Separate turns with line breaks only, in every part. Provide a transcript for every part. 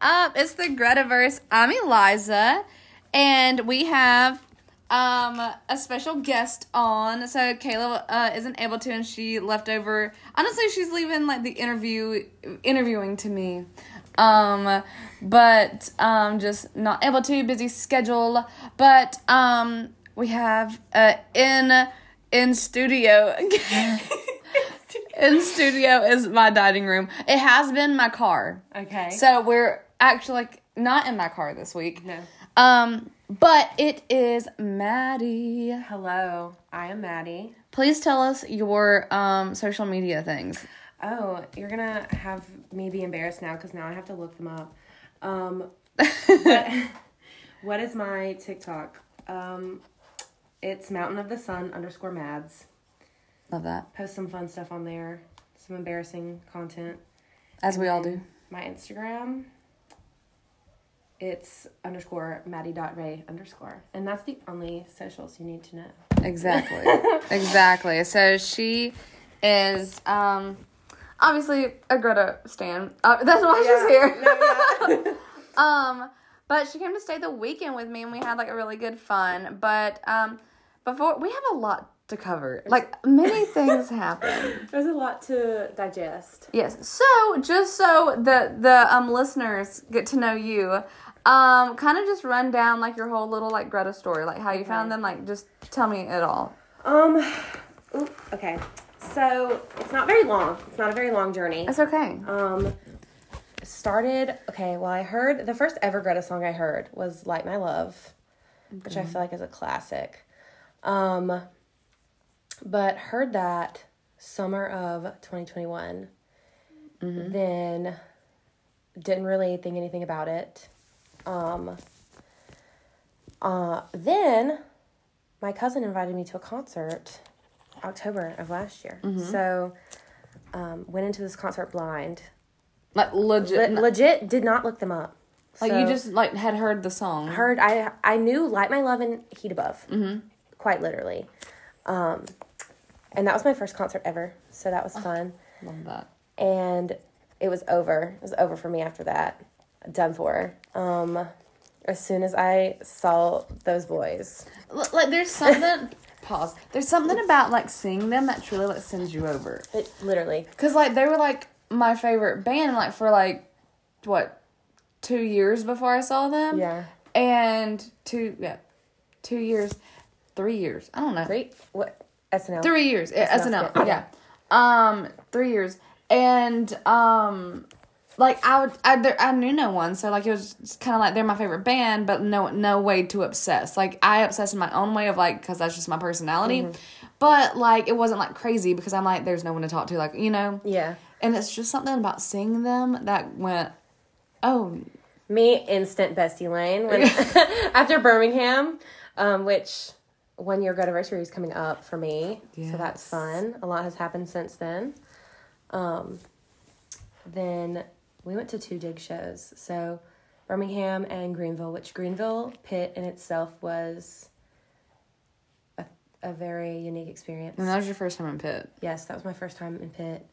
up? It's the Gretaverse. I'm Eliza, and we have um a special guest on. So Kayla uh, isn't able to, and she left over. Honestly, she's leaving like the interview interviewing to me, um, but um just not able to, busy schedule. But um we have uh in in studio. in studio is my dining room. It has been my car.
Okay.
So we're actually like not in my car this week.
No.
Um, but it is Maddie.
Hello, I am Maddie.
Please tell us your um social media things.
Oh, you're gonna have me be embarrassed now because now I have to look them up. Um, what, what is my TikTok? Um, it's Mountain of the Sun underscore Mads.
Love that.
Post some fun stuff on there, some embarrassing content.
As we all do.
My Instagram, it's underscore Maddie dot Ray underscore, and that's the only socials you need to know.
Exactly. exactly. So she is um obviously a Greta stan. Uh, that's why she's here. Um, but she came to stay the weekend with me, and we had like a really good fun. But um, before we have a lot to cover, like many things happen.
There's a lot to digest.
Yes. So just so the the um listeners get to know you, um, kind of just run down like your whole little like Greta story, like how you found them. Like just tell me it all.
Um, oop, okay. So it's not very long. It's not a very long journey.
It's okay.
Um, started. Okay. Well, I heard the first ever Greta song I heard was "Light My Love," which I feel like is a classic. Um, but heard that summer of 2021. Then didn't really think anything about it. Um, uh, then my cousin invited me to a concert October of last year. So um, went into this concert blind.
Like legit.
Le- legit did not look them up.
like
So-
Oh, you just like had heard the song.
heard I I knew Light My Love and Heat Above,
Mm-hmm.
quite literally, um, and that was my first concert ever, so that was
Oh.
fun.
Love that.
And it was over. It was over for me after that. Done for. Um, as soon as I saw those boys,
L- like there's something. Pause. There's something about like seeing them that truly like sends you over.
it literally
Cause like they were like my favorite band like for like what two years before I saw them.
Yeah.
And two yeah, two years, three years. I don't know.
great. What SNL?
Three years. eh, Yeah, SNL.
SNL,
Yeah. Um, three years. And um like I would I there, I knew no one, so like it was kind of like they're my favorite band, but no no way to obsess. Like I obsess in my own way of like cuz that's just my personality. But like it wasn't like crazy because I'm like there's no one to talk to like, you know.
Yeah.
And it's just something about seeing them that went oh
Me, instant bestie lane. When, after Birmingham, um, which one year anniversary is coming up for me, so that's
Yes.
fun. A lot has happened since then. Um, then we went to two dig shows, so Birmingham and Greenville. Which Greenville pit in itself was a, a very unique experience.
and that was your first time in pit.
Yes, that was my first time in pit.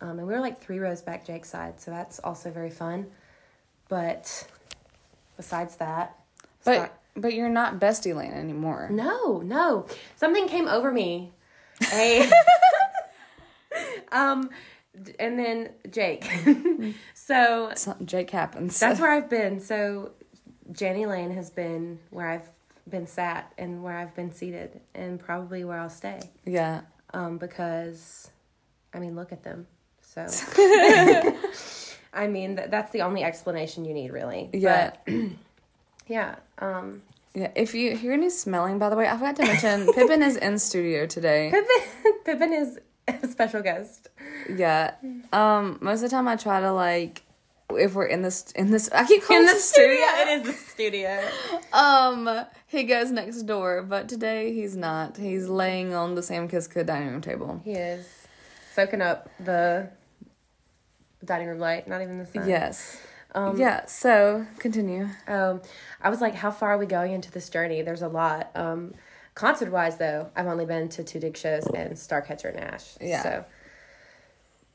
Um, and we were like three rows back Jake's side, so that's also very fun. But besides that,
But
start-
but you're not bestie lane anymore.
no, no, something came over me. Hey. um, d- and then Jake. so
It's not- Jake happens.
that's where I've been. So Jenny Lane has been where I've been sat and where I've been seated, and probably where I'll stay.
yeah.
um, because I mean, look at them. So, I mean, th- that's the only explanation you need, really.
Yeah.
But, yeah. Um,
yeah. If you hear any smelling, by the way, I forgot to mention Pippin is in studio today.
Pippin, Pippin is a special guest.
Yeah. Um. Most of the time, I try to like, if we're in this in this, I keep calling it the
It is the studio.
Um. He goes next door, but today he's not. He's laying on the Sam Kiska dining room table.
He is soaking up the dining room light, not even the sun.
Yes.
Um,
yeah. So continue.
Um, I was like, how far are we going into this journey? There's a lot. Um, concert wise, though, I've only been to two dig shows and Starcatcher and Ash.
Yeah.
So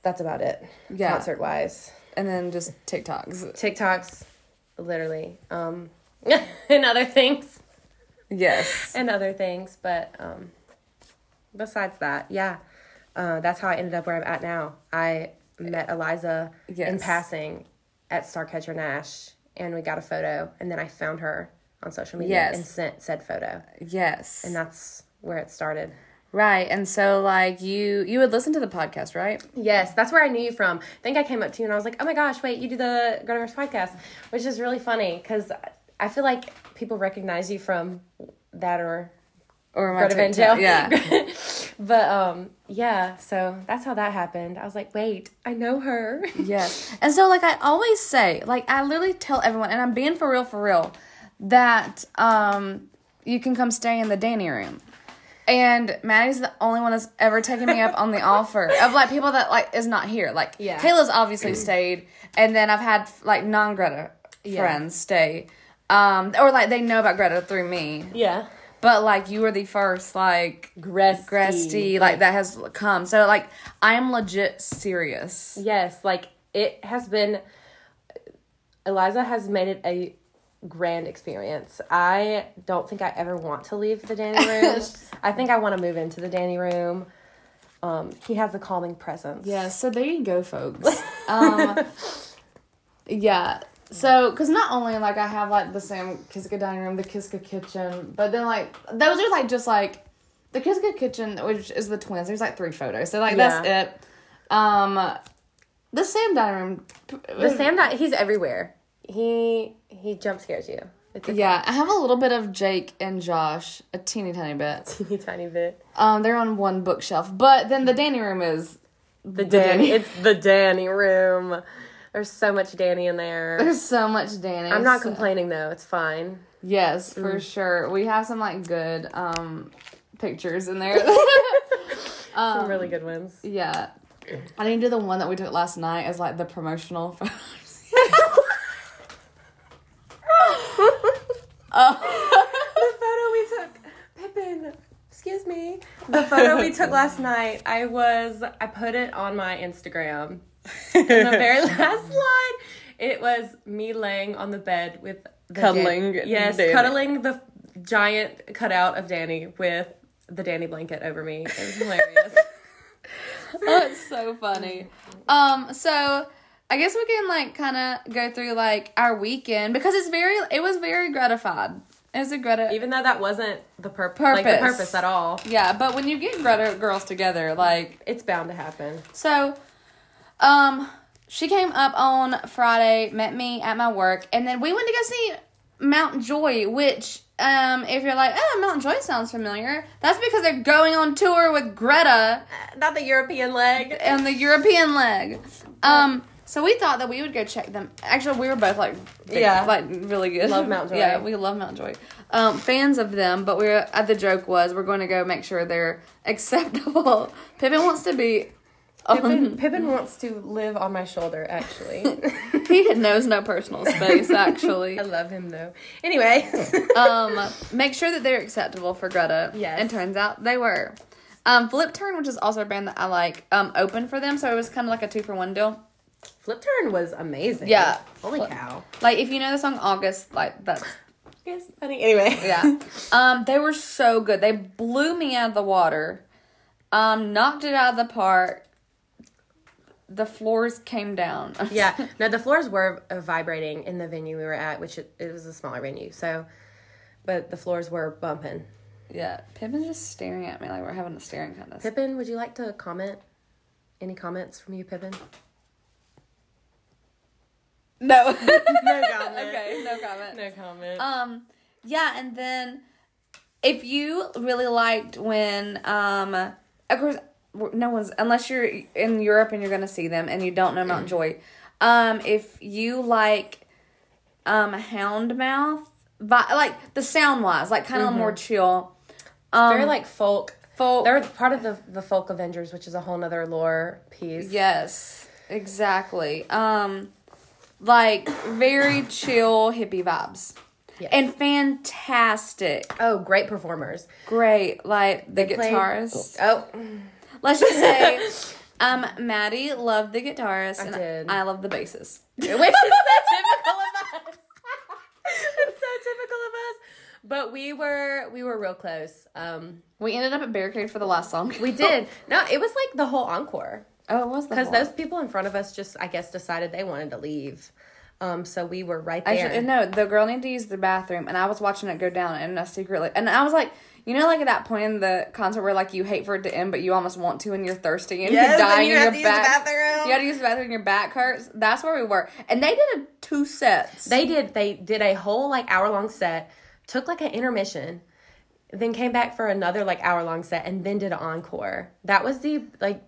that's about it.
Yeah.
Concert wise.
and then just TikToks.
TikToks, literally, um, and other things,
Yes.
and other things. But um, besides that, yeah, uh, that's how I ended up where I'm at now. I met Eliza in
Yes.
passing at Starcatcher Nash, and we got a photo, and then I found her on social media
Yes.
and sent said photo,
Yes.
and that's where it started.
right. And so like you you would listen to the podcast, right?
Yes, that's where I knew you from. I think I came up to you and I was like, oh my gosh, wait, you do the Grown Ups podcast, which is really funny because I feel like people recognize you from that or
Or my
Greta Van
TikTok-
Til.
Yeah.
But um, yeah, so that's how that happened. I was like, wait, I know her.
yes. And so like I always say, like I literally tell everyone, and I'm being for real, for real, that um you can come stay in the Danny room. And Maddie's the only one that's ever taken me up on the offer of like people that like is not here. Like
Yeah.
Kayla's obviously stayed, and then I've had like non Greta
Yeah.
friends stay, um, or like they know about Greta through me.
Yeah.
But like you were the first like
Gresty.
Gresty like that has come. So like I am legit serious.
Yes, like it has been. Eliza has made it a grand experience. I don't think I ever want to leave the Danny room. I think I want to move into the Danny room. Um, he has a calming presence.
Yeah. So there you go, folks. um, yeah. So because not only like I have like the same Kiska dining room, the Kiska kitchen, but then like those are like just like the Kiska kitchen, which is the twins. There's like three photos. So like that's it. Um, the Sam dining room.
The Sam Dot, he's everywhere. He he jump scares you. It's a
Yeah, I have a little bit of Jake and Josh, a teeny tiny bit.
teeny tiny bit.
Um, they're on one bookshelf, but then the dining room is
The Danny, it's the Danny room. There's so much Danny in there.
there's so much Danny.
I'm not
so-
complaining though. It's fine.
yes, for sure. We have some like good um pictures in there.
Some really good ones.
yeah, I need to do the one that we took last night as like the promotional. photos. Oh.
the photo we took, Pippin. Excuse me. The photo we took last night. I was I put it on my Instagram. And the very last slide, it was me laying on the bed with the
Cuddling
Dan- yes,
Danny.
cuddling the giant cutout of Danny with the Danny blanket over me. It was hilarious.
oh, it's so funny. Um, so I guess we can like kind of go through like our weekend because it's very it was very gratified. It was a grati-
Even though that wasn't the pur- like the
Purpose.
purpose at all,
Yeah, but when you get Greta girls together, like
it's bound to happen.
So, um, she came up on Friday, met me at my work, and then we went to go see Mount Joy, which, um, if you're like, oh, Mount Joy sounds familiar, that's because they're going on tour with Greta
Not the European leg.
and the European leg. Um, so we thought that we would go check them. Actually, we were both like, big-
Yeah.
like really good.
Love Mount Joy.
Yeah, we love Mount Joy. Um, fans of them, but we were uh, the joke was we're going to go make sure they're acceptable. Pippin wants to be.
Pippin, Pippin wants to live on my shoulder, actually.
he knows no personal space actually
I love him though. Anyways,
um make sure that they're acceptable for greta
Yes.
and turns out they were um flip turn which is also a band that i like um opened for them so it was kind of like a two for one deal
Flip Turn was amazing.
Yeah.
Holy
Flip-
cow.
like if you know the song august like that's
Yes, funny. Anyway.
yeah um they were so good they blew me out of the water um knocked it out of the park the floors came down
yeah. No, the floors were uh, vibrating in the venue we were at, which it, it was a smaller venue. So, but the floors were bumping.
yeah pippin's just staring at me like we're having a staring contest
Pippin, would you like to comment? Any comments from you, Pippin?
no
No comment.
okay no comment
No comment.
Um, yeah, and then if you really liked when, um, of course, no one's unless you're in Europe and you're gonna see them and you don't know
Mm.
Mount Joy. Um, if you like, um, Houndmouth, but like the sound wise, like kind of more chill. Um,
They're like Mm-hmm. folk.
folk.
They're part of the, the folk Avengers, which is a whole nother lore piece.
yes, exactly. Um, like very chill hippie vibes.
Yes.
And fantastic,
Oh, great performers.
great! Like the
Play-
guitarist,
Oh,
let's just say Um, Maddie loved the guitarist.
I
and
did.
I love the bassist.
Which is so typical of us. it's so typical of us. But we were we were real close. Um,
We ended up at Barricade for the last song.
we did. No, it was like the whole encore.
Oh, it was the
Because
whole-
those people in front of us just, I guess, decided they wanted to leave. Um, so we were right
I
there.
should, no, the girl needed to use the bathroom, and I was watching it go down, and I secretly, and I was like, you know, like at that point in the concert where like you hate for it to end, but you almost want to, and you're thirsty, and
Yes,
you're
and
dying,
you
and, your
have to use the
back,
bathroom.
you had to use the bathroom, and your back hurts. That's where we were, and they did a two sets.
they did. They did a whole like hour long set, took like an intermission, then came back for another like hour long set, and then did an encore. That was the like.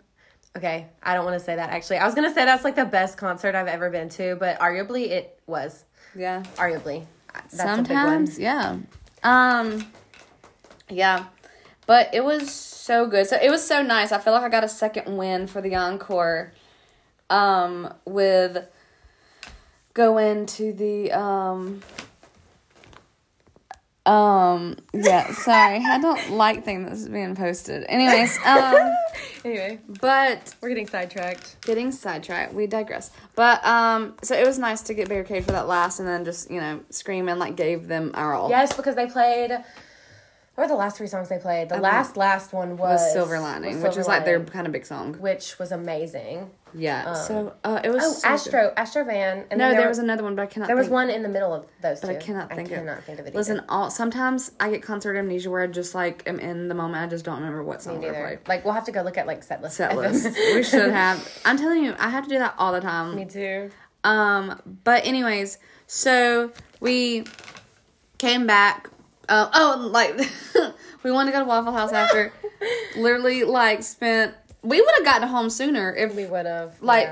Okay, I don't want to say that actually. I was gonna say that's like the best concert I've ever been to, but arguably it was.
yeah,
Arguably, that's
sometimes, yeah, um, yeah, but it was so good. So it was so nice. I feel like I got a second win for the encore, um, with going to the um. Um. Yeah. Sorry, I don't like things that's being posted. Anyways. Um.
a big one. Anyway,
But
we're getting sidetracked.
getting sidetracked, we digress. But um. So it was nice to get barricade for that last, and then just you know scream and like gave them our all.
Yes, because they played. What were the last three songs they played? The last last one was,
Was Silver Lining,
was
which
Silver
was like their
Lining,
kind of big song.
which was amazing.
Yeah. so uh, it was.
Oh,
so good.
Astro Astro Van,
No,
and then
there,
there,
was another one, but I cannot.
there was
think-
one in the middle of those two.
I cannot think
I
of.
cannot think of it.
Listen, all sometimes I get concert amnesia where I just like am in the moment. I just don't remember what song
either.
they
Either.
played.
Like we'll have to go look at like set list.
Set list. we should have. I'm telling you, I have to do that all the time.
Me too.
Um, but anyways, so we came back. Uh, oh, like we wanted to go to Waffle House after. literally, like spent. We would have gotten home sooner if
We would have
like.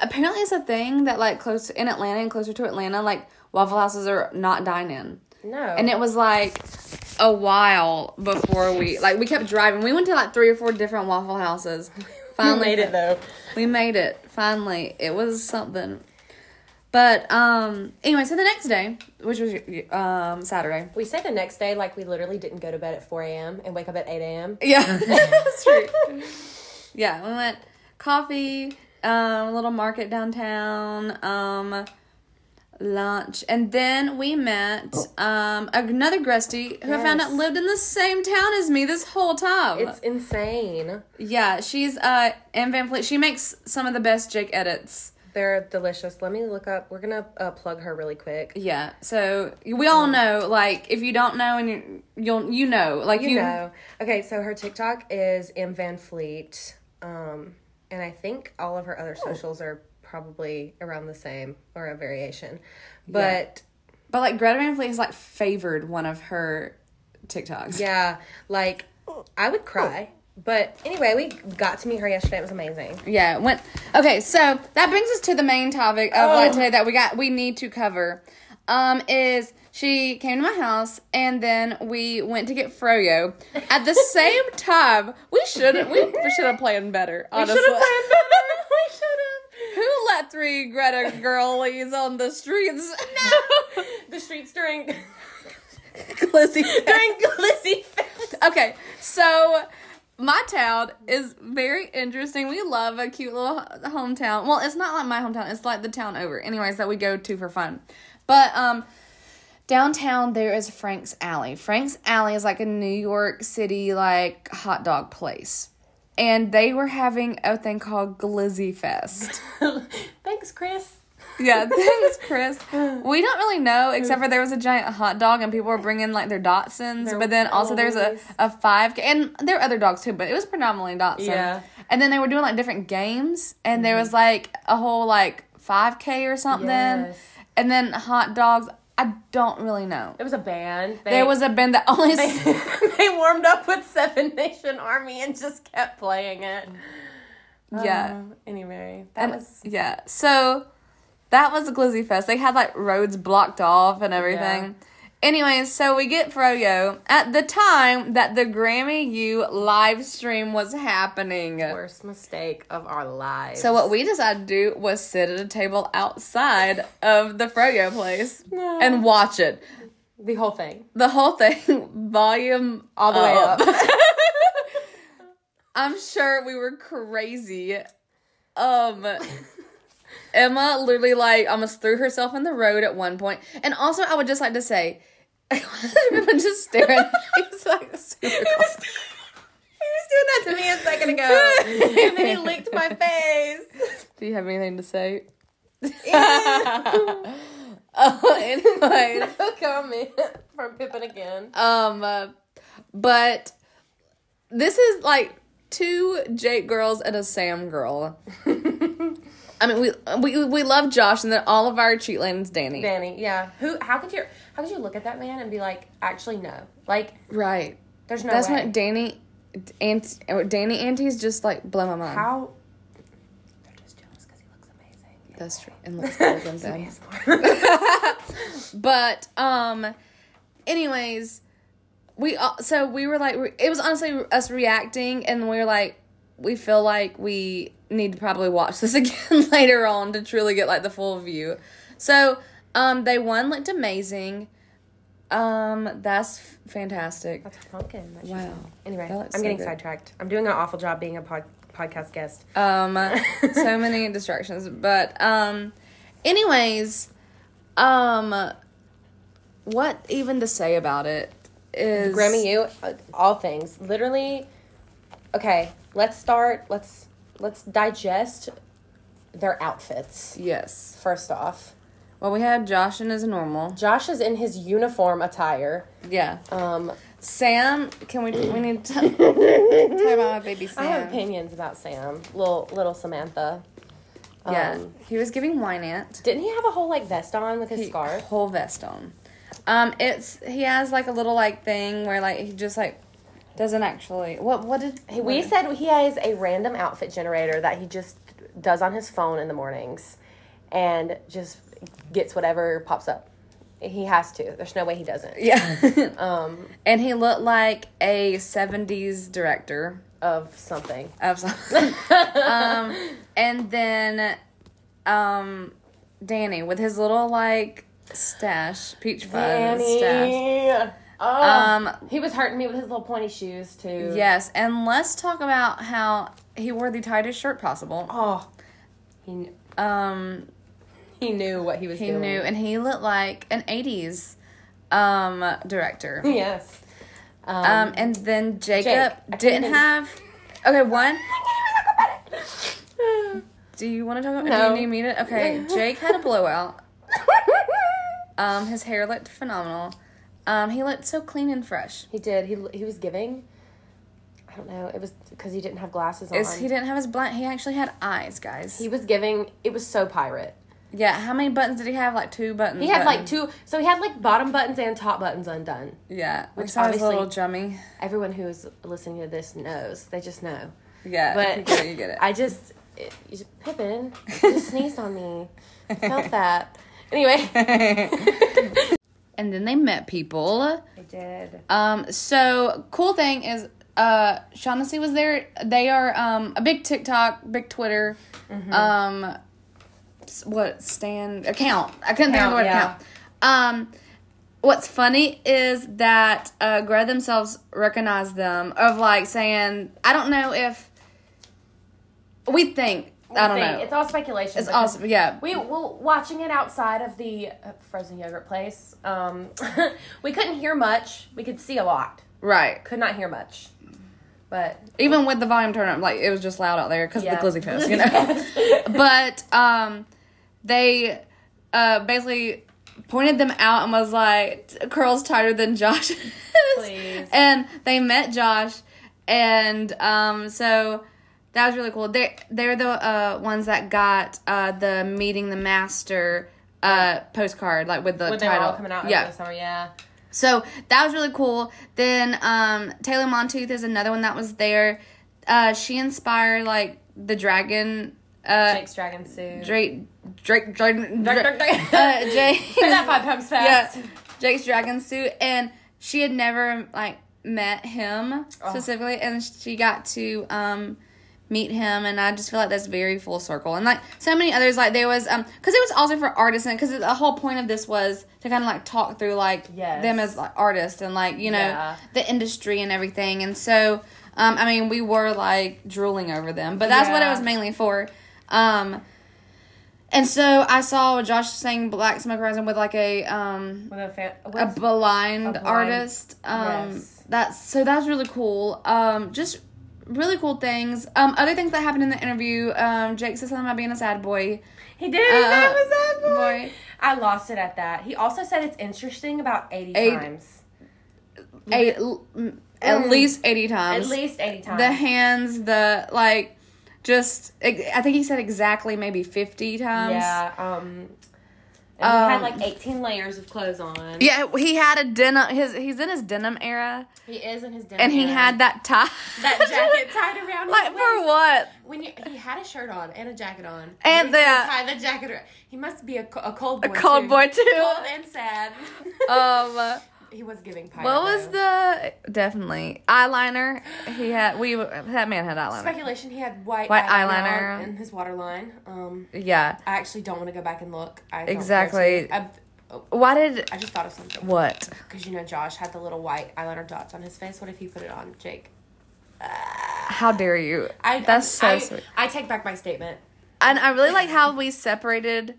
Apparently, it's a thing that like close in Atlanta and closer to Atlanta, like Waffle Houses are not dine in.
no,
And it was like a while before we like we kept driving. We went to like three or four different Waffle Houses. Finally,
made it though.
we made it. Finally, it was something. But um, anyway, so the next day, which was um Saturday.
We say the next day like we literally didn't go to bed at 4 a.m. and wake up at 8 a.m.
Yeah, that's true. Yeah, we went coffee, um, a little market downtown, um, lunch, and then we met um another Gresty who I found out
Oh. Yes.
lived in the same town as me this whole time.
It's insane.
yeah, she's uh Anne Van Fleet. She makes some of the best Jake edits.
They're delicious. Let me look up. We're gonna uh, plug her really quick.
Yeah, so we
Mm.
all know. Like, if you don't know, and you, you'll you know, like you,
You know. Okay, so her TikTok is M Van Fleet, um, and I think all of her other
Oh.
socials are probably around the same or a variation. But
but like Greta Van Fleet has like favored one of her TikToks.
yeah, like I would cry. But anyway, we got to meet her yesterday. It was amazing.
Yeah, it went okay. So that brings us to the main topic of like today that we got we need to cover. Um, is she came to my house and then we went to get froyo at the same time. We should we should have planned better. Honestly,
we should
who let three Greta girlies on the streets?
have. the streets during
Lizzie.
during Glizzy Fest.
Okay, so my town is very interesting. We love a cute little h- hometown. Well, it's not like my hometown, it's like the town over, anyways, that we go to for fun. But um downtown there is Frank's Alley. Frank's Alley is like a New York City like hot dog place. And they were having a thing called Glizzy Fest.
Thanks, Chris.
Yeah, thanks, Chris. We don't really know,
Hmm.
except for there was a giant hot dog and people were bringing like their Dotsons. but then also there's a,
always-
a 5K, and there were other dogs too, but it was predominantly Dotson.
Yeah. Hmm.
And then they were doing like different games, and there was like a whole like 5K or something.
Yes.
And then hot dogs. I don't really know.
It was a band. They,
There was a band that only.
they warmed up with Seven Nation Army and just kept playing it.
yeah.
Um, anyway, that was
Yeah. So that was a Glizzy Fest. They had like roads blocked off and everything. Anyways, so we get Froyo at the time that the Grammy U live stream was happening.
worst mistake of our lives.
So what we decided to do was sit at a table outside of the Froyo place
No.
and watch it.
the whole thing,
The whole thing, volume
all the way up.
I'm sure we were crazy. Um Emma literally like almost threw herself in the road at one point. And also I would just like to say everyone just staring. He's like super
He was doing that to me a second ago. and then he licked my face.
Do you have anything to say? oh, anyway.
No comment from Pippin again.
Um, uh, but this is like two Jake girls and a Sam girl. I mean, we we we love Josh, and then all of our cheat lane's Danny.
Danny, yeah. Who? How could you? How could you look at that man and be like, actually no? Like,
Right.
there's no
That's
way.
what Danny, aunt, Danny aunties just like blow my mind.
how? They're just jealous because he looks amazing. Oh,
That's true. And looks like them,
So
though.
he has more.
But um, anyways, we all, so we were like it was honestly us reacting, and we were like we feel like we need to probably watch this again later on to truly get like the full view. So um, they one looked amazing. Um, that's f- fantastic.
That's pumpkin. That
Wow.
Anyway,
That
I'm
looks so
getting
good.
sidetracked. I'm doing an awful job being a pod- podcast guest.
Um, so many distractions, but um, anyways, um, what even to say about it is
Grammy, you uh, all things literally. Okay, let's start. Let's let's digest their outfits
Yes.
first off.
Well, we had Josh in his normal.
Josh is in his uniform attire.
Yeah.
Um,
Sam, can we? We need to talk about my baby
I have
Sam.
opinions about Sam, little little Samantha.
yeah,
Um,
he was giving wine ant.
Didn't he have a whole like vest on with his scarf?
Whole vest on. Um, it's he has like a little like thing where like he just like doesn't actually. What what did
He- We
what-
said he has a random outfit generator that he just does on his phone in the mornings, and just gets whatever pops up. He has to. There's no way he doesn't.
Yeah.
Um,
and he looked like a '70s director.
of something.
of something. um, and then, um, Danny with his little like stash, peach fuzz stash.
Oh,
Um,
he was hurting me with his little pointy shoes too.
yes, and let's talk about how he wore the tightest shirt possible.
Oh, he kn-
Um,
he knew what he was
he
doing.
knew, and he looked like an '80s um director.
Yes.
Um, and then
Jake,
Jacob
I can't
didn't
even-
have. Okay, one. Do you want to talk about?
No.
Do you need me to? Okay, Jake had a blowout. Um, his hair looked phenomenal. Um, he looked so clean and fresh.
he did. He he was giving. I don't know. It was because he didn't have glasses on.
Is he didn't have his blind? He actually had eyes, guys.
Um, He was giving. It was so pirate.
yeah. How many buttons did he have? Like two buttons.
He had
button.
like two. So he had like bottom buttons and top buttons undone.
Yeah, we saw his
obviously-
little jummy.
Everyone who is listening to this knows. They just know.
Yeah,
But
you get it. You get it.
I just it, you just- Pippin you just sneezed on me. Felt that. Anyway.
and then they met people.
I did.
Um, so cool thing is, uh, Shaughnessy was there. They are um a big TikTok, big Twitter,
Mm-hmm.
um, s- what stand account? I couldn't think of the word
Account,
account. Um, what's funny is that uh, Grow themselves recognized them of like saying, I don't know if we think I don't know.
It's all speculation.
It's awesome. Yeah,
We were watching it outside of the uh, frozen yogurt place. Um, we couldn't hear much. We could see a lot.
right.
Could not hear much. But
Even with the volume turned up, like it was just loud out there because
yeah.
of the glizzy fest, you know. but um they uh basically pointed them out and was like curls tighter than josh
Please.
and they met josh and um so that was really cool they they're the uh ones that got uh the meeting the master uh postcard like with the
When they were
title
all coming out yeah.
yeah
over the summer, yeah.
so that was really cool. Then um, Taylor Montooth is another one that was there. Uh, she inspired like the dragon. Uh,
Jake's Dragon Suit.
Drake, Drake, Drake,
Drake, Drake.
uh, Jake,
Say that five times
yeah,
fast.
Jake's dragon suit, and she had never like met
Oh.
him specifically, and she got to um meet him, and I just feel like that's very full circle, and like so many others, like there was um because it was also for artists, and because the whole point of this was to kind of like talk through like
Yes.
them as like artists and like you know
Yeah.
the industry and everything, and so Um, I mean, we were like drooling over them, but that's what it
Yeah.
was mainly for. Um, and so I saw Josh saying Black Smoke Rising with like a um
With a fan.
a
What's,
blind,
A blind-
artist. Um,
Yes.
that's so that's really cool. Um, just really cool things. Um, other things that happened in the interview. Um, Jake said something about being a sad boy.
he did. His
uh,
name was that boy.
boy.
I lost it at that. He also said it's interesting about eighty
Eight-
times.
A, l- m- at
Mm.
least eighty
At
times.
least eighty times.
the hands, the like, just ex- I think he said exactly maybe fifty times.
yeah. Um. And he
Um,
had like eighteen layers of clothes on.
Yeah, he had a denim. His he's in his denim era,
He is in his denim.
and he
era.
had that tie,
that jacket tied around.
like
his
for
waist.
what?
When you, he had a shirt on and a jacket on,
And
he
that-
tie the jacket. ar- He must be a, co- a cold boy.
cold
too.
boy, too.
Cold and sad.
Um.
he was giving pirate.
What was
though.
the definitely eyeliner? He had we that man had eyeliner.
speculation? He had white
White eyeliner.
eyeliner in his waterline. Um,
yeah.
I actually don't want to go back and look. I don't
Exactly.
care to. I, oh,
Why did
I just thought of something
what?
because you know Josh had the little white eyeliner dots on his face. What if he put it on Jake?
How dare you?
I,
That's so
I,
sweet.
I take back my statement.
And I really like how we separated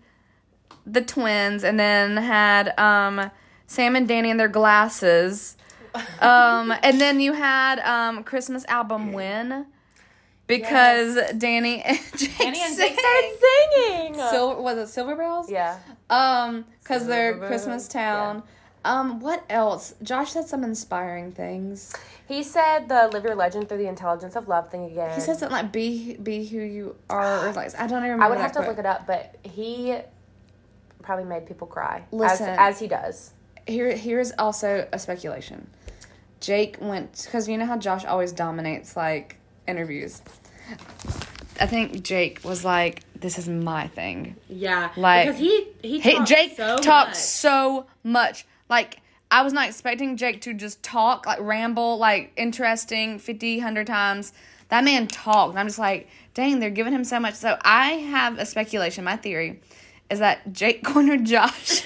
the twins and then had um Sam and Danny in their glasses. Um and then you had um Christmas album win because Danny and Jake
Danny and Jake
sang.
started singing.
Sil- was it Silver Bells?
yeah.
Um, because they're
Silver.
Christmas Town. Um, what else? Josh said some inspiring things.
He said the live your legend through the intelligence of love thing again.
He said something like "Be be who you are," or like I don't even. Remember
I would have to look it up, but he probably made people cry.
Listen.
As, as he does.
Here, here is also a speculation. Jake went because you know how Josh always dominates like interviews. I think Jake was like, "This is my thing."
Yeah.
Like- because
he he,
He, Jake talks so much. Like, I was not expecting Jake to just talk, like, ramble, like, interesting 50, 100 times. That man talked. And I'm just like, dang, they're giving him so much. So I have a speculation. My theory is that Jake cornered Josh.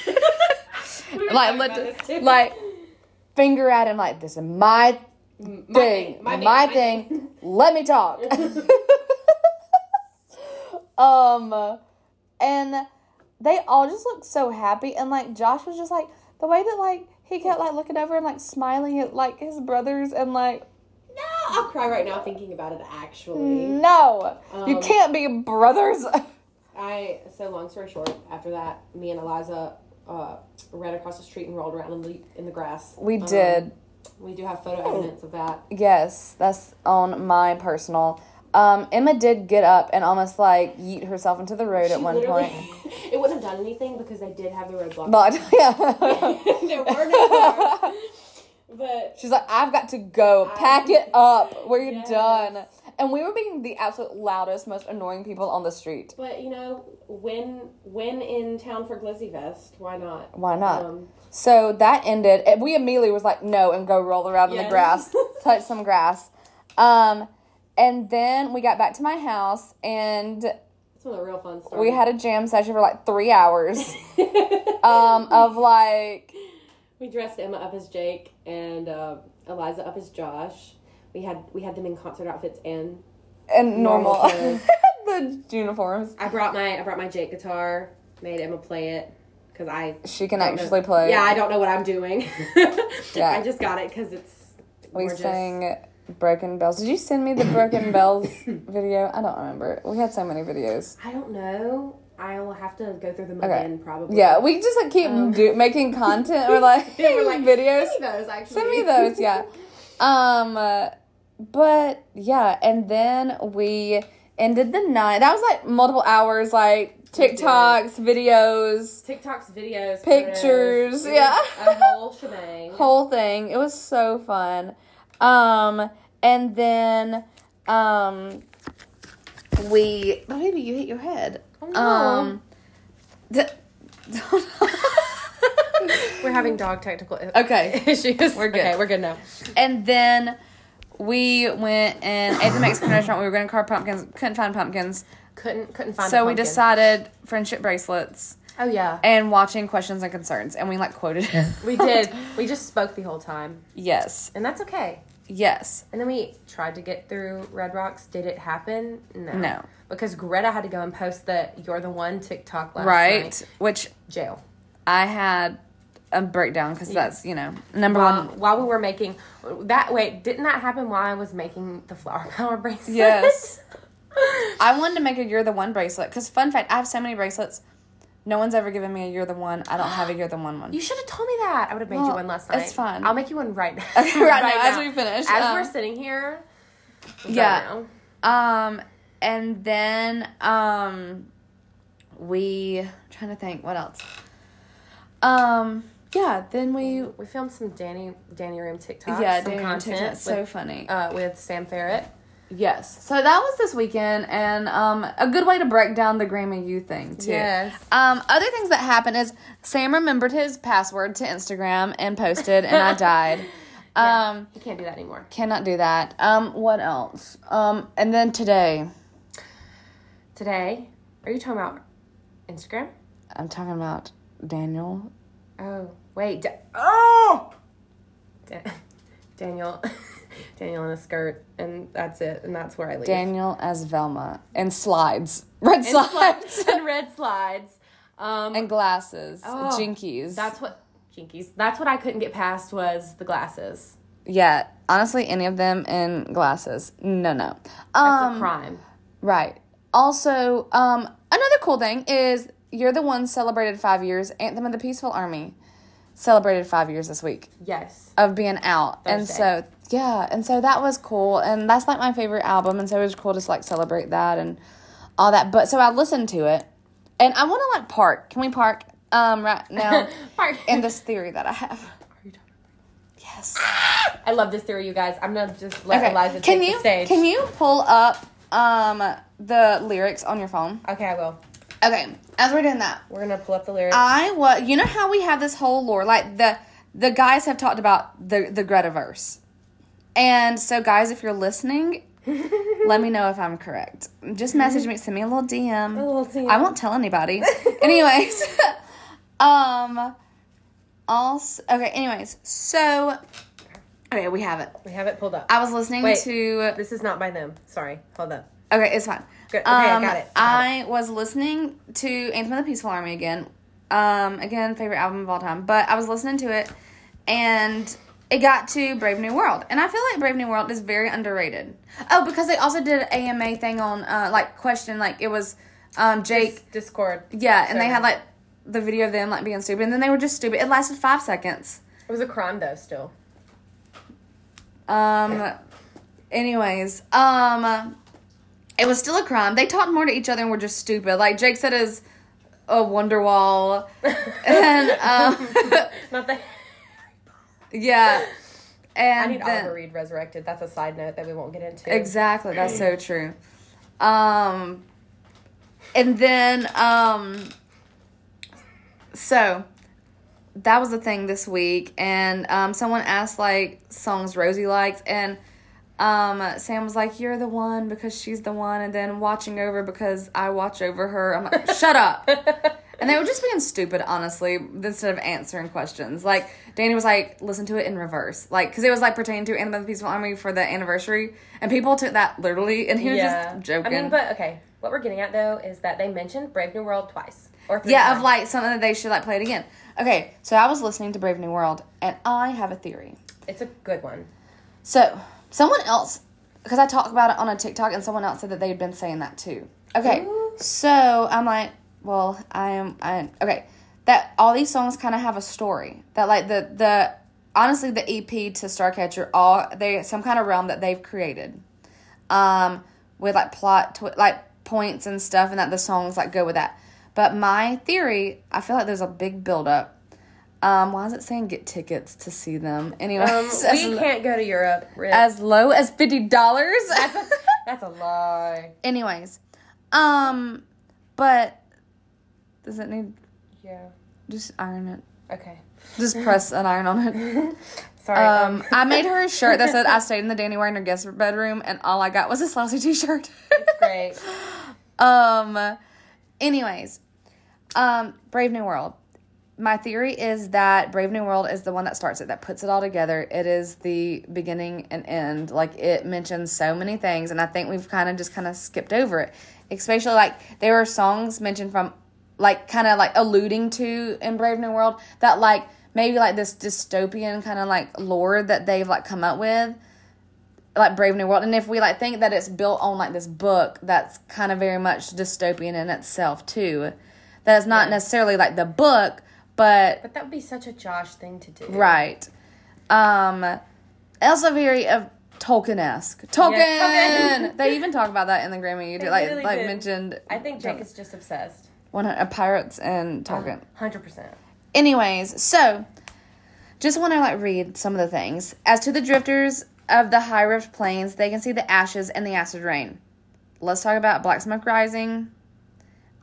like,
talking about this
let,
too.
like, finger at him, like, this is my thing. My
thing,
thing.
my thing, my
Let me talk. um, and they all just looked so happy and like josh was just like the way that like he kept like looking over and like smiling at like his brothers and like
No, I'll cry right now thinking about it
Mm.
actually.
no you
Um,
can't be brothers
I so long story short, after that, me and Eliza uh, ran across the street and rolled around in the in the grass.
we
Um,
did
We do have
Hmm.
photo evidence of that.
yes that's on my personal um emma did get up and almost like yeet herself into the road at
She
one
literally-
point
it wouldn't have done anything because they did have the roadblock.
but yeah
there were no cars. But
She's like, I've got to go. Pack it up. We're
Yes.
done. And we were being the absolute loudest, most annoying people on the street.
but you know, when when in town for Glizzy Fest, why not?
Why not?
Um,
So that ended. And we immediately was like, no, and go roll around in the
Yes.
grass, touch some grass. Um, and then we got back to my house and
that's when the real fun started.
we had a jam session for like three hours um, of like,
we dressed Emma up as Jake and uh, Eliza up as Josh. We had we had them in concert outfits and
and normal,
Normal clothes.
the uniforms.
I brought my I brought my Jake guitar, made Emma play it because I
She can
don't know-
actually play.
Yeah, I don't know what I'm doing.
Yeah.
I just got it because it's
We
gorgeous.
sang Broken Bells. Did you send me the Broken Bells video? I don't remember. We had so many videos.
I don't know. I'll have to go through them
Okay.
again probably.
Yeah, we just like keep do- making content or like,
Um, Yeah, we're like
videos.
Send me those actually.
Send me those, yeah. Um, uh, but yeah, and then we ended the night. That was like multiple hours, like TikToks, videos,
TikToks, videos,
Pictures,
photos. It
yeah.
was a whole shebang.
whole thing. It was so fun. Um, and then, um, we. Oh, baby, you hit your head. Um, th-
We're having dog technical
okay.
issues. We're
good.
Okay, we're good now.
And then we went and ate the Mexican restaurant. We were going to carve pumpkins. Couldn't find pumpkins.
Couldn't couldn't find.
so
the
we
pumpkin.
decided friendship bracelets
Oh yeah,
and watching questions and concerns. And we like quoted.
we did. We just spoke the whole time,
yes.
and that's okay.
Yes.
And then we tried to get through Red Rocks. Did it happen? No.
No.
Because Greta had to go and post the "You're the One" TikTok last
right.
night.
Which
Jail.
I had a breakdown because that's, you know, number
While,
one.
while we were making that, wait, didn't that happen while I was making the flower power bracelet?
Yes. I wanted to make a You're the One bracelet because, fun fact, I have so many bracelets. No one's ever given me a You're the One. I don't have a You're the One one.
You should have told me that. I would have made you
Well,
one last night.
it's fine.
I'll make you one right now.
Okay, right now, as we finish,
As
um,
we're sitting here. right
Yeah.
now.
Um, and then um, we trying to think what else. Um, yeah, then we
We filmed some Danny Danny Room TikToks.
yeah,
some
dude,
content
content
with,
so funny.
uh, with Sam Ferret.
yes, so that was this weekend, and um, a good way to break down the Grammy U thing too.
Yes.
Um, other things that happened is Sam remembered his password to Instagram and posted, and I died. Um,
He can't do that anymore.
cannot do that. Um, what else? Um, and then today,
Today, are you talking about Instagram?
I'm talking about Daniel.
Oh, wait. Da- oh! Da- Daniel. Daniel in a skirt, and that's it, and that's where I leave.
Daniel as Velma and slides, red slides,
and red slides. Um,
and glasses,
Oh,
jinkies.
that's what jinkies. That's what I couldn't get past was the glasses.
yeah, honestly, any of them in glasses. No, no.
That's
Um,
a crime.
right. Also, um, another cool thing is you're the one celebrated five years. Anthem of the Peaceful Army celebrated five years this week
Yes.
of being out, and so
Thursday.
yeah, and so that was cool, and that's like my favorite album, and so it was cool to like celebrate that and all that. But so I listened to it, and I want to like park. Can we park? Um, right now.
Park.
and this theory that I have. Yes.
I love this theory, you guys. I'm gonna just let Eliza
Can
take
you
the stage.
can you pull up um the lyrics on your phone?
okay, I will.
Okay. As we're doing that,
We're gonna pull up the lyrics.
I was you know how we have this whole lore like the the guys have talked about the the Greta verse, and so guys, if you're listening. let me know if I'm correct. Just message me, send me a little DM.
A little DM.
I won't tell anybody. anyways, um, also okay. Anyways, so okay, we have it.
we have it pulled up.
I was listening
Wait.
to
this is not by them. Sorry. Hold up.
Okay, it's fine. Um,
Good. Okay, I got it. Got
I was listening to Anthem of the Peaceful Army again. Um, again, favorite album of all time. But I was listening to it, and it got to Brave New World, and I feel like Brave New World is very underrated. Oh, because they also did an AMA thing on uh, like question, like it was um Jake.
Dis- Discord. It
yeah, and they
sorry.
had like the video of them like being stupid, and then they were just stupid. It lasted five seconds.
was a crime though. Still.
Um. Anyways, um, it was still a crime. They talked more to each other and were just stupid. Like Jake said, is a Wonderwall, and um,
Not that.
yeah,
I
and
need
then-
Oliver Reed resurrected. That's a side note that we won't get into.
exactly. That's so true. Um, and then um, so that was the thing this week, and um, someone asked like songs Rosie likes, and um, Sam was like, "You're the one because she's the one," and then watching over because I watch over her. I'm like, "Shut up." And they were just being stupid, honestly, instead of answering questions. Like, Danny was like, listen to it in reverse. Like, because it was like pertaining to Anthem of the Peaceful Army for the anniversary. And people took that literally, and he was
yeah.
just joking.
I mean, but okay. What we're getting at though is that they mentioned Brave New World twice. Or three
Yeah,
times.
of like something that they should like play it again. Okay, so I was listening to Brave New World, and I have a theory.
It's a good one.
So someone else, because I talked about it on a TikTok, and someone else said that they had been saying that too. Okay,
Ooh.
so I'm like, well, I am, I okay. That all these songs kind of have a story. That like the the honestly the EP to Starcatcher, all they some kind of realm that they've created, um, with like plot twi- like points and stuff, and that the songs like go with that. But my theory, I feel like there's a big buildup. Um, why is it saying get tickets to see them? Anyway,
Um, we can't go to Europe. Really.
as low as fifty dollars.
That's a lie.
Anyways, um, but does it need
Yeah.
just iron it?
Okay.
Just press an iron on it.
Sorry.
Um, I made her a shirt that said "I stayed in the Danny Werner guest bedroom," and all I got was a lousy T-shirt.
it's great.
um, anyways, um, Brave New World. my theory is that Brave New World is the one that starts it, that puts it all together. It is the beginning and end. Like it mentions so many things, and I think we've kind of just kind of skipped over it. Especially like there are songs mentioned from, like kind of like alluding to in Brave New World that like maybe like this dystopian kind of like lore that they've like come up with like Brave New World, and if we like think that it's built on like this book that's kind of very much dystopian in itself too, that it's not necessarily like the book, but
But that would be such a Josh thing to do.
right. Um, also very of Tolkien esque. Tolkien.
Tolkien.
they even talk about that in the Grammy. You did, like
really
like
did.
mentioned.
I think Jake is just obsessed.
one uh, pirates and
Uh-huh.
Tolkien.
Hundred percent.
Anyways, so just want to like read some of the things. As to the drifters of the high rift plains, they can see the ashes and the acid rain. Let's talk about black smoke rising.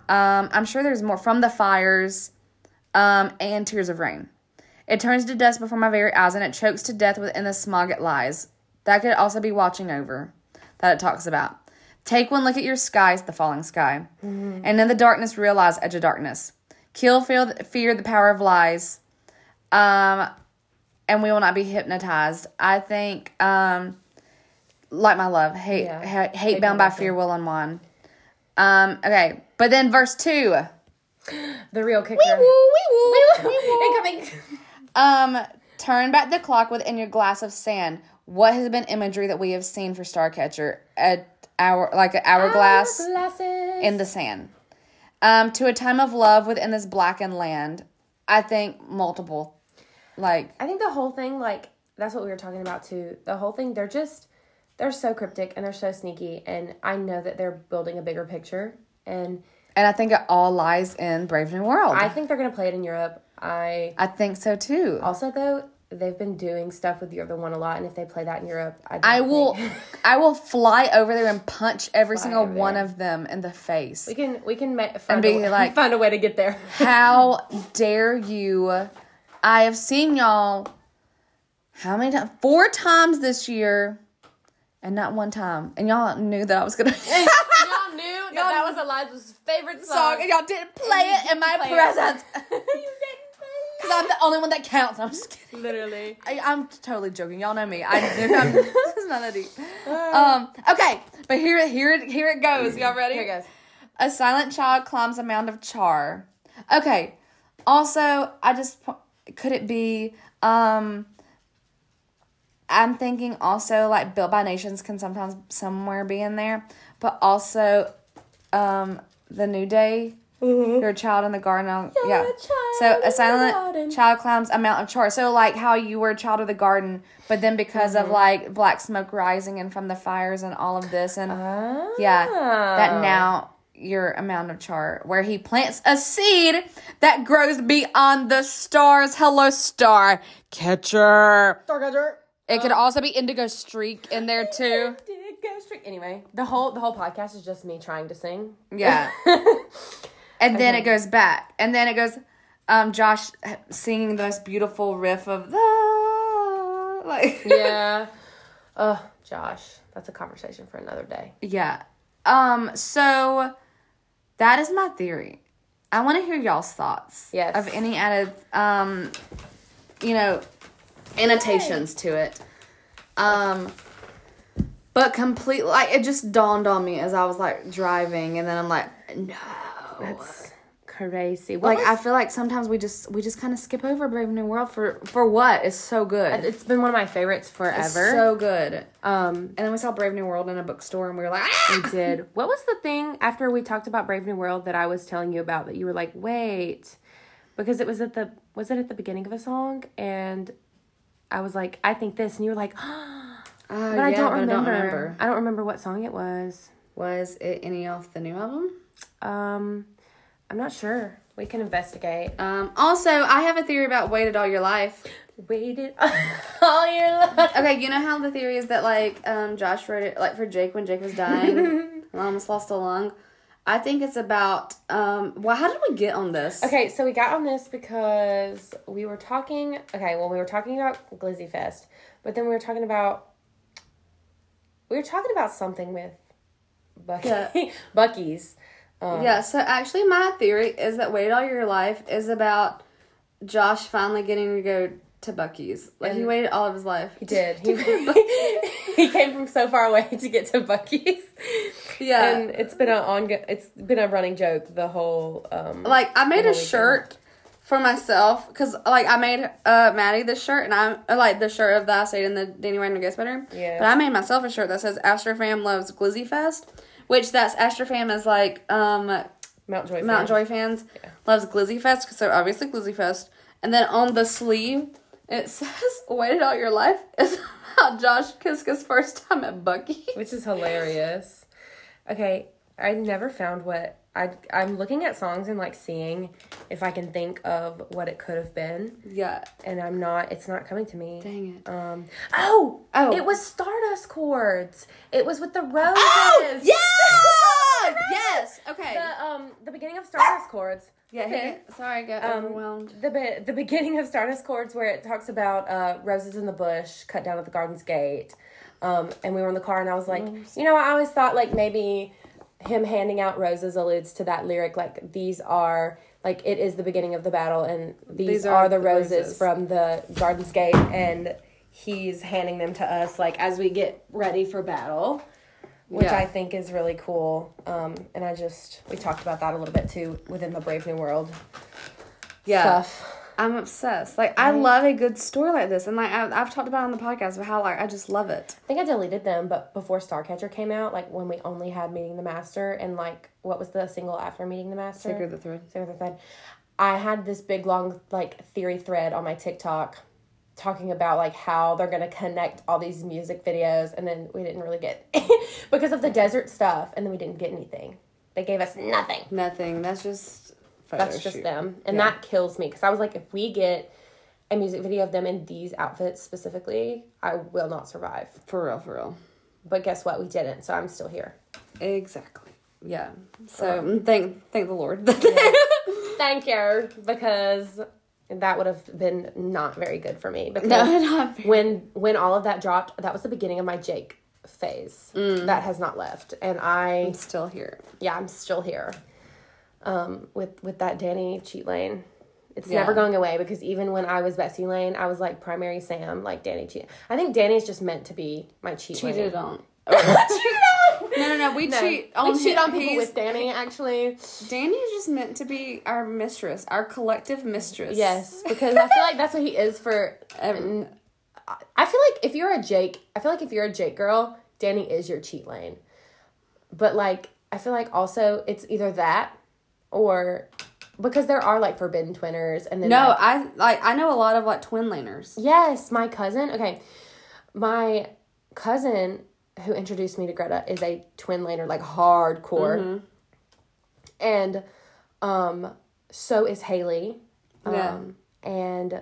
Um, I'm sure there's more from the fires, um, and tears of rain. It turns to dust before my very eyes, and it chokes to death within the smog it lies. That could also be watching over, that it talks about. Take one look at your skies, the falling sky, and in the darkness realize edge of darkness. Kill fear, fear the power of lies, um, and we will not be hypnotized. I think, um, like my love, hate,
Yeah.
ha- hate, bound by fear will unwind. Um, okay, but then verse two.
The real kicker. Incoming.
Um, turn back the clock within your glass of sand. What has been imagery that we have seen for Starcatcher? A hour, like an
Ah,
hourglass
Glasses.
in the sand. Um, to a time of love within this blackened land. I think multiple, like
I think the whole thing, like, that's what we were talking about too. The whole thing, they're just, they're so cryptic and they're so sneaky. And I know that they're building a bigger picture. And
And I think it all lies in Brave New World.
I
I,
think they're going to play it in Europe. I
think so too.
also, though, they've been doing stuff with You're the One a lot. And if they play that in Europe, I, don't
I will
think-
I will fly over there and punch every single
over
one
there.
of them in the face.
We can, we can ma- find,
be
a, way-
like-
find a way to get there.
How dare you? I have seen y'all how many times? Four times this year and not one time. And y'all knew that I was gonna
Y'all knew that that was Eliza's favorite
song
song.
and y'all didn't play it in my
play it.
presence. Because I'm the only one that counts. I'm just kidding.
Literally.
I, I'm totally joking. Y'all know me. I, I'm, this is not that deep. Um, okay, but here, here, it- here it goes. Y'all ready?
Here it goes.
A silent child climbs a mound of char. Okay. Also, I just po- could it be? Um, I'm thinking also like built by nations can sometimes somewhere be in there, but also, um, the new day. You're a child in the garden. I'll- yeah.
Mm-hmm. a child
so
in
a
the
silent
garden.
child climbs a mountain of char. So like how you were a child of the garden, but then because
Mm-hmm.
of like black smoke rising and from the fires and all of this and
Ah.
yeah. That now your amount of chart where he plants a seed that grows beyond the stars. Hello, star catcher. It could also be indigo streak in there too.
Did it go straight? Anyway, the whole the whole podcast is just me trying to sing.
Yeah. and then it goes back. And then it goes um Josh singing the most beautiful riff of the like
yeah. Oh, Josh, that's a conversation for another day.
Yeah. Um, so that is my theory. I want to hear y'all's thoughts.
Yes.
Of any added um you know annotations to it. Um but complete like it just dawned on me as I was like driving and then I'm like, no.
That's crazy.
like I feel like sometimes we just we just kind of skip over Brave New World for for what? It's so good.
it's been one of my favorites forever.
It's so good.
um,
And then we saw Brave New World in a bookstore and we were like, ah!
we did. What was the thing after we talked about Brave New World that I was telling you about that you were like, wait, because it was at the was it at the beginning of a song and I was like, I think this, and you were like,
Ah,
but I
yeah,
don't remember. I don't remember what song it was.
Was it any off the new album?
Um, I'm not sure. We can investigate.
Um, also, I have a theory about waited all your life.
Waited all your life.
Okay, you know how the theory is that like um, Josh wrote it like for Jake when Jake was dying and almost lost a lung. I think it's about um. Well, how did we get on this?
Okay, so we got on this because we were talking. Okay, well, we were talking about Glizzy Fest, but then we were talking about we were talking about something with Bucky,
Yeah.
Bucky's. Um,
Yeah. So actually, my theory is that waited all your life is about Josh finally getting to go to Bucky's. Like he waited all of his life.
He did. He, he came from so far away to get to Bucky's.
Yeah.
And it's been a ongo- it's been a running joke the whole um
like I made a
whole weekend.
shirt for myself because like I made uh Maddie this shirt and I uh, like the shirt of the I stayed in the Danny Wagner guest bedroom.
Yeah.
But I made myself a shirt that says Astrofam loves Glizzy Fest, which that's Astrofam is like um
Mount Joy.
Mount Joy fans loves Glizzy Fest so obviously Glizzy Fest. And then on the sleeve it says "Waited all your life" is about Josh Kiska's first time at Bucky.
which is hilarious. Okay, I never found what I I'm looking at songs and like seeing if I can think of what it could have been,
Yeah.
and I'm not. It's not coming to me.
Dang it.
Um. Oh.
Oh.
It was Stardust chords. It was with the roses.
Oh yeah! yes. Okay.
The um the beginning of Stardust chords.
Yeah,
Okay.
he, sorry, I got
Um,
overwhelmed.
The be- the beginning of Stardust Chords where it talks about uh, roses in the bush cut down at the garden's gate, um, and we were in the car and I was like, you know, I always thought like maybe him handing out roses alludes to that lyric like these are like it is the beginning of the battle and these,
These
are, the roses, from the garden's gate and he's handing them to us like as we get ready for battle which
Yeah.
i think is really cool um, and i just we talked about that a little bit too within the brave new world
Yeah.
stuff
I'm obsessed. Like I love a good story like this, and like I, I've talked about it on the podcast, but how like I just love it.
I think I deleted them, but before Starcatcher came out, like when we only had Meeting the Master and like what was the single after Meeting the Master?
Sacred the Thread.
Sacred the Thread. I had this big long like theory thread on my TikTok talking about like how they're gonna connect all these music videos, and then we didn't really get because of the desert stuff, and then we didn't get anything. They gave us nothing.
Nothing. That's just. photo
That's just
Oh, shoot.
them, and that kills me because I was like, if we get a music video of them in these outfits specifically, I will not survive.
for real, for real.
But guess what? We didn't, so I'm still here.
Exactly. Yeah. So mm, thank thank the Lord.
Thank you, because that would have been not very good for me. Because
No, not
when when all of that dropped, that was the beginning of my Jake phase. That has not left, and I
I'm still here.
yeah, I'm still here. Um, with with that Danny cheat lane, it's
Yeah.
never going away because even when I was Bessie Lane, I was like primary Sam, like Danny cheat. I think Danny's just meant to be my cheat.
Cheated
lane.
on.
no,
No, no, no. We cheat on.
we cheat
hi-
on people
he's-
with Danny actually.
Danny is just meant to be our mistress, our collective mistress.
Yes, because I feel like that's what he is for.
Um,
I feel like if you're a Jake, I feel like if you're a Jake girl, Danny is your cheat lane. But like, I feel like also it's either that or because there are like forbidden twinners and then
no,
like-
I like. I know a lot of like twin laners.
yes, my cousin. Okay, my cousin who introduced me to Greta is a twin laner, like hardcore, and um, so is Haley.
Yeah.
Um, and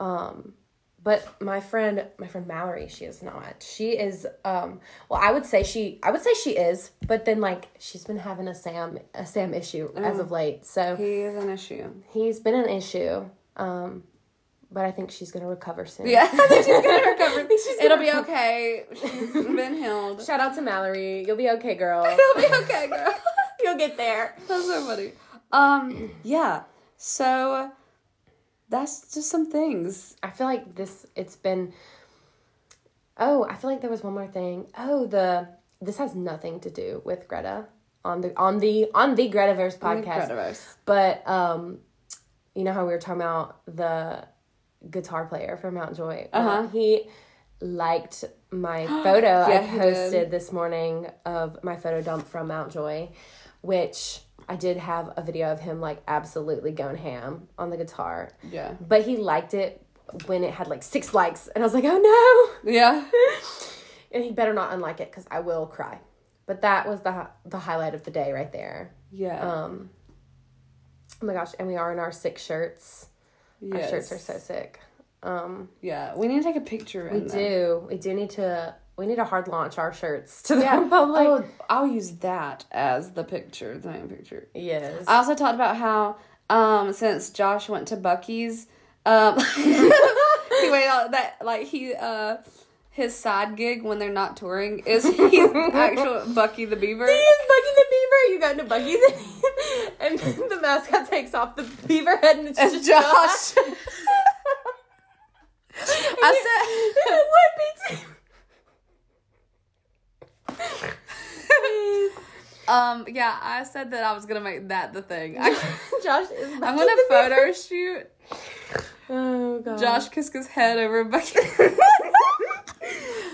um but my friend my friend Mallory, she is not. She is um well I would say she I would say she is, but then like she's been having a Sam a Sam issue as of late. So
He is an issue.
he's been an issue. Um but I think she's gonna recover soon.
Yeah, she's gonna recover. It'll
gonna
be okay. She's been healed.
Shout out to Mallory. You'll be okay, girl.
It'll be okay, girl.
You'll get there.
That's so funny. Um, yeah. So that's just some things.
I feel like this it's been Oh, I feel like there was one more thing. Oh, the this has nothing to do with Greta on the on the on the Gretaverse podcast.
Gretaverse.
But um you know how we were talking about the guitar player from Mount Joy. Uh-huh. he liked my photo I
he did.
posted this morning of my photo dump from Mount Joy, which I did have a video of him like absolutely going ham on the guitar.
Yeah.
But he liked it when it had like six likes, and I was like, oh no!
Yeah.
And he better not unlike it because I will cry. But that was the hi- the highlight of the day right there.
Yeah.
Um, oh my gosh! And we are in our sick shirts. Our
yes.
shirts are so sick. Um,
Yeah. We need to take a picture.
we
in them.
do. We do need to. We need to hard launch our shirts to the
Yeah.
public.
oh, I'll use that as the picture, the main picture.
yes.
I also talked about how um since Josh went to Bucky's, um he waited all that like he uh his side gig when they're not touring is he's actual Bucky the Beaver.
Bucky the Beaver. You got into Bucky's. and then the mascot takes off the beaver head and it's,
It's
just
Josh. I
it would be too. Please.
said, um, yeah, I said that I was gonna make that the thing. I,
Josh is.
I'm
making
gonna
the beaver-
photo shoot
Oh god.
Josh Kiska's head over Bucky.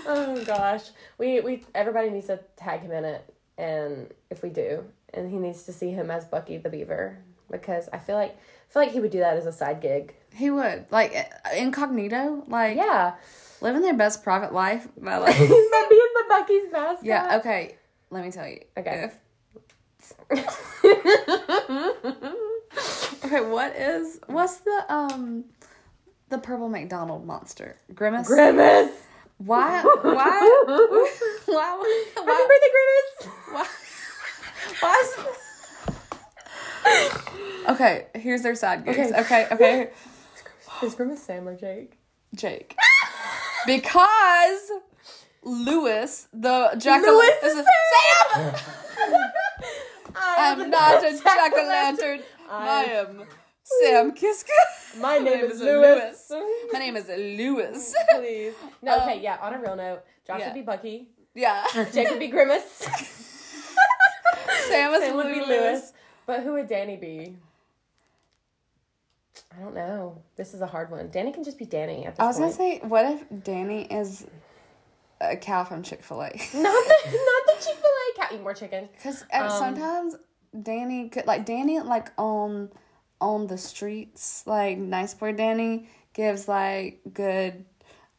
Oh gosh. We we everybody needs to tag him in it, and if we do, and he needs to see him as Bucky the Beaver because I feel like I feel like he would do that as a side gig.
he would like incognito, like
Yeah.
living their best private life. By like,
He's not being the Bucky's mascot.
yeah, okay. Let me tell you.
Okay.
If- okay, what is what's the um the purple McDonald monster grimace?
Grimace.
why? Why? why? Why?
Happy
Why?
birthday, Grimace.
Why? is- okay, here's their side gigs.
Okay.
Okay, okay,
Is Grimace Sam or Jake?
Jake. Because Lewis, the jackal,
Lewis
is a-
is
Sam!
I
I'm not a jack o'
jack-o'-lantern.
lantern. I
I-
am Sam Kiska.
My name is
Lewis.
Lewis.
My name is Lewis.
Please. No, okay, yeah, on a real note, Josh
um, yeah.
would be Bucky.
Yeah.
Jake would be Grimace.
Sam is
Sam would
Lewis.
be Lewis. But who would Danny be? I don't know. This is a hard one. Danny can just be Danny at this
I was gonna
point.
say, what if Danny is a cow from Chick Fil A?
not the not the Chick Fil A cat. Eat more chicken.
Because uh,
Um,
sometimes Danny could like Danny like on on the streets like nice boy Danny gives like good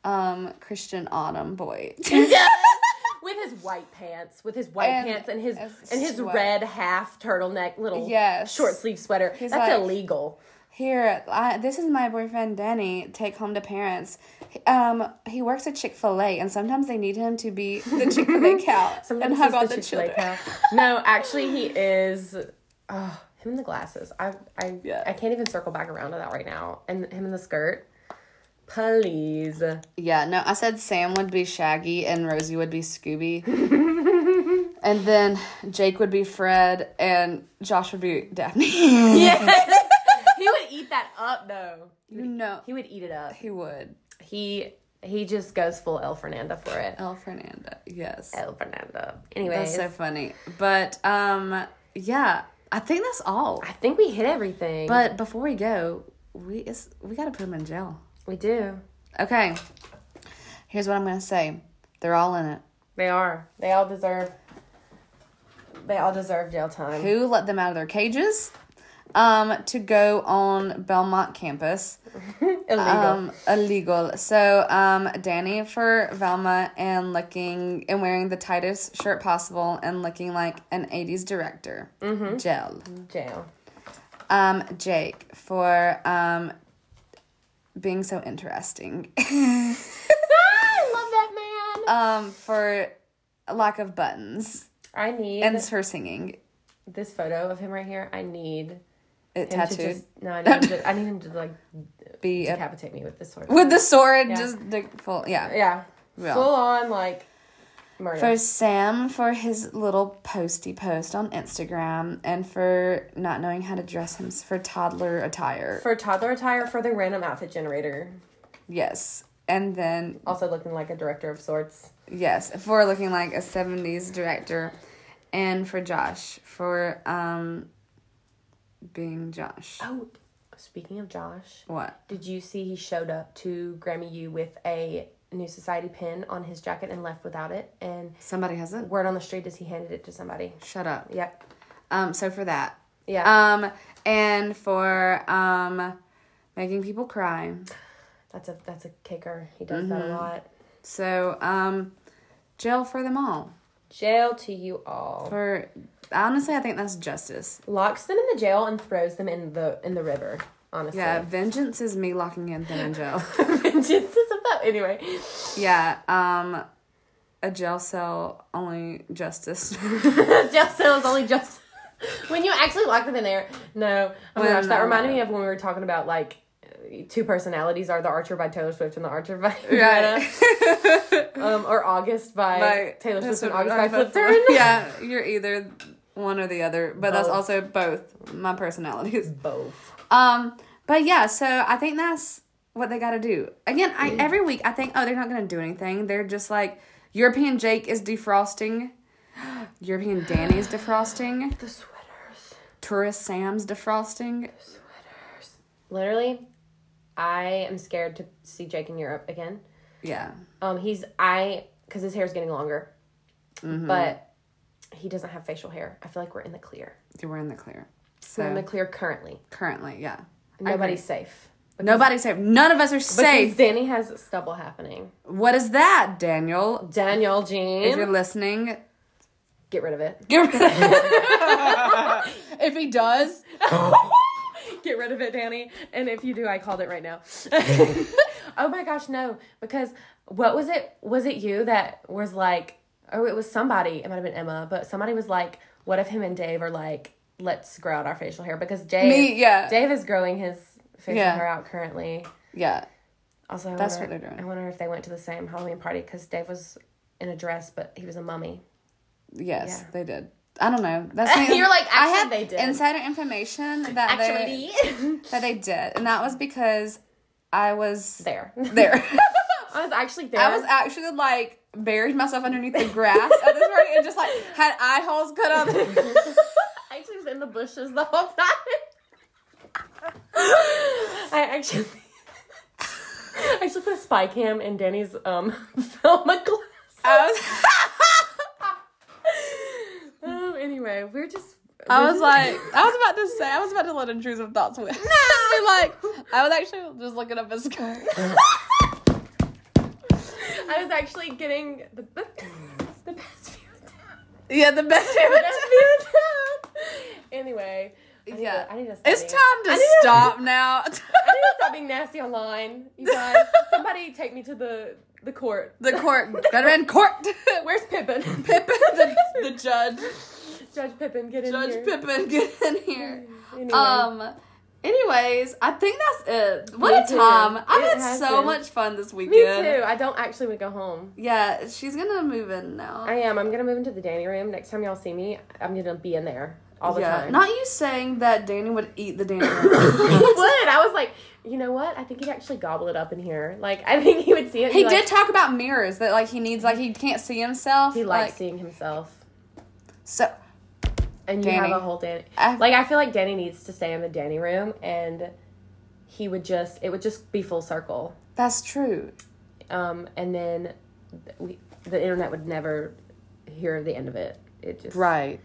um Christian Autumn boy.
With his white pants, with his white
And
pants and his
his
and his
sweat.
red half turtleneck little
Yes.
short sleeve sweater.
He's
That's
like-
illegal.
Here, I, this is my boyfriend Danny. Take home to parents. He- Um, he works at Chick Fil A, and sometimes they need him to be the Chick Fil A cow. and
Sometimes
how
he's
about the,
the Chick-fil-A
children?
cow. No, actually, he is. Oh, him and the glasses. I I
Yeah.
I can't even circle back around to that right now. And him in the skirt. Please.
Yeah, no, I said Sam would be Shaggy and Rosie would be Scooby, and then Jake would be Fred and Josh would be Daphne.
Yes. he would eat that up though.
you know,
He would eat it up.
he would.
He he just goes full El Fernanda for it.
El Fernanda, yes,
El Fernanda.
Oh.
Anyways,
that's so funny. But um, yeah, I think that's all.
I think we hit everything.
But before we go, we is we gotta put him in jail.
we do.
Okay. Here's what I'm gonna say. They're all in it.
They are. They all deserve. They all deserve jail time.
Who let them out of their cages? Um, to go on Belmont campus.
Illegal.
Um, illegal. So, um, Danny for Velma and looking and wearing the tightest shirt possible and looking like an 80s director. Mm-hmm. Jail.
jail.
Um, Jake for, um, being so interesting.
I love that man.
um, for lack of buttons
I need
and her singing.
this photo of him right here. I need him
It
to
tattooed.
just- no, I need, him to, I need him to like
be a
decapitate me with this sword.
with the sword,
Yeah.
just the full yeah.
yeah,
Well.
full on like murder.
For Sam for his little posty post on Instagram, and for not knowing how to dress him for toddler attire.
for toddler attire for the random outfit generator.
yes, and then
Also looking like a director of sorts.
yes for looking like a '70s director, and for Josh for um being Josh.
Oh, speaking of Josh,
What?
did you see he showed up to Grammy U with a New Society pin on his jacket and left without it? And
Somebody has it.
word on the street is he handed it to somebody.
Shut up.
Yep.
Um. So for that.
Yeah.
Um. And for um, making people cry.
that's a that's a kicker. He does that a lot.
So, um, jail for them all.
Jail to you all.
For honestly, I think that's justice.
Locks them in the jail and throws them in the in the river. Honestly.
Yeah, vengeance is me locking in them in jail.
Vengeance is about anyway.
yeah, um, a jail cell only justice.
jail cell is only just when you actually lock them in there. No, oh my
When
gosh, that
the-
reminded me of when we were talking about like two personalities are the Archer by Taylor Swift and the Archer by
Right.
Rihanna. um, or August by,
By-
Taylor
that's
Swift and
what-
August by Flip
yeah, you're either one or the other, but that's
Both.
also both my personalities.
Both.
Um, but yeah, so I think that's what they got to do. Again, I every week I think, oh, they're not gonna do anything. They're just like European Jake is defrosting, European Danny is defrosting,
The sweaters.
tourist Sam's defrosting.
Literally, I am scared to see Jake in Europe again.
Yeah,
Um, he's I because his hair's getting longer,
Mm-hmm.
but he doesn't have facial hair. I feel like we're in the clear.
we're in the clear.
We're in the
So
clear currently.
currently, yeah, I agree.
Nobody's safe.
nobody's safe. None of us are
Because
safe.
Danny has stubble happening.
What is that, Daniel?
Danielle
If you're
Jean,
listening,
get rid of it.
get rid of
If he does,
Get rid of it, Danny. And if you do, I called it right now. oh my gosh, no. Because what was it? Was it you that was like, oh, it was somebody, it might have been Emma, but somebody was like, what if him and Dave are like, let's grow out our facial hair? Because Dave,
me. Yeah,
Dave is growing his facial
Yeah.
hair out currently.
yeah.
Also, I
That's
wonder,
what they're doing.
I wonder if they went to the same Halloween party because Dave was in a dress, but he was a mummy.
Yes,
Yeah.
they did. I don't know. That's me.
You're like,
I
actually,
had
they did.
insider information that they that they did, and that was because I was
there.
there.
I was actually there.
I was actually like buried myself underneath the grass at this party and just like had eye holes cut out.
I actually was in the bushes the whole time. I actually, I actually put a spy cam in Danny's um film glass.
I was,
Oh, anyway, we're just.
I was like, I was about to say, I was about to let intrusive thoughts win. No, like I was actually just looking up at sky.
I was actually getting the the, the best view of town.
yeah, the best.
The best view of town. Anyway, I need
Yeah.
to- I need to. Stop
It's
being-
time to
need to-
stop now.
I need to stop being nasty online. You guys, somebody take me to the the court.
the court, veteran court.
Where's Pippin?
Pippin, the, the judge,
Judge Pippin, get in here.
Judge Pippin, get in here.
Anyway.
Um. Anyways, I think that's it. What
Me
a
too.
time! I've
It
had
has
so
been.
much fun this
Me
weekend.
too. I don't actually want to go home.
Yeah, she's gonna move in now.
I am. I'm gonna move into the dining room. Next time y'all see me, I'm gonna be in there all the
yeah,
time.
not you saying that Danny would eat the Danny.
he would. I was like, you know what? I think he'd actually gobble it up in here. Like, I think he would see it. and
he
be
did
Like,
talk about mirrors that like he needs, like he can't see himself.
he likes
like,
seeing himself.
so.
And you
Danny.
have a whole Danny.
I-
like, I feel like Danny needs to stay in the Danny room, and he would just. It would just be full circle.
That's true.
Um, and then th- we, the internet would never hear the end of it. It just.
Right.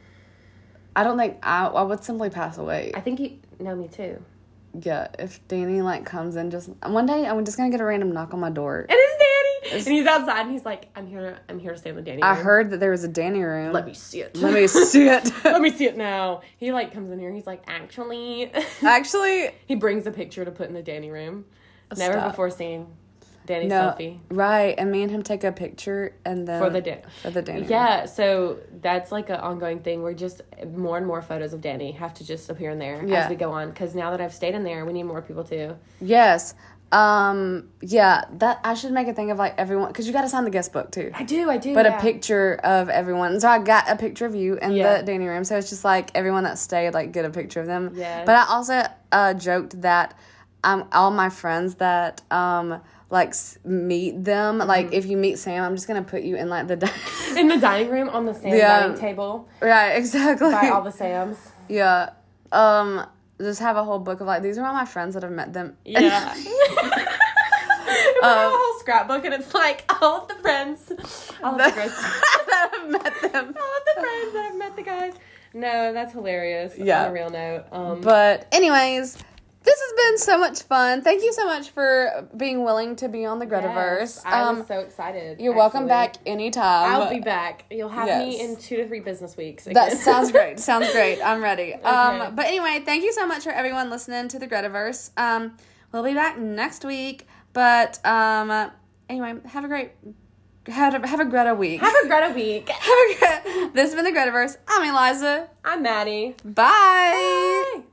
I don't think I, I would simply pass away.
I think he. No, me too.
Yeah, if Danny like comes in, just one day I'm just gonna get a random knock on my door.
And it's Danny. and he's outside and he's like, I'm here I'm here to stay in the Danny
I
room.
heard that there was a Danny room.
Let me see it.
Let me see it.
Let me see it now. He like comes in here, he's like, actually
Actually,
He brings a picture to put in the Danny room. Never
Stop.
before seen Danny
no,
selfie.
right? And me and him take a picture, and then
For the Danny.
for the Danny. room.
Yeah, so that's like an ongoing thing. We're just more and more photos of Danny have to just appear in there
Yeah.
as we go on. Because now that I've stayed in there, we need more people too.
Yes. Um. Yeah. That I should make a thing of like everyone because you got to sign the guest book too.
I do, I do.
But
yeah.
a picture of everyone. So I got a picture of you in
Yeah.
the Danny room. So it's just like everyone that stayed, like get a picture of them.
Yes.
But I also uh, joked that um, all my friends that um like s- meet them,
Mm-hmm.
like if you meet Sam, I'm just gonna put you in like the. Di-
in the dining room on the same
Yeah.
dining table
right. Exactly.
by all the Sams.
Yeah. Um just have a whole book of like these are all my friends that have met them.
Yeah. we
Um,
have a whole scrapbook, and it's like all of the friends, all of the, girls,
that have met them.
all of the friends that I've met the guys. No, that's hilarious.
Yeah.
On a real note, um,
But anyways, this has been so much fun. Thank you so much for being willing to be on the Gretaverse.
yes, I
um
was so excited.
you're welcome
actually.
back anytime.
I'll be back. You'll have me
Yes.
in two to three business weeks. Again.
That sounds great. Sounds great. I'm ready.
Okay.
Um, but anyway, thank you so much for everyone listening to the Gretaverse. Um, we'll be back next week. But um, anyway, have a great, have a, have a Greta week.
Have a Greta week.
Have a good- this has been the Gretaverse. I'm Eliza.
I'm Maddie.
Bye.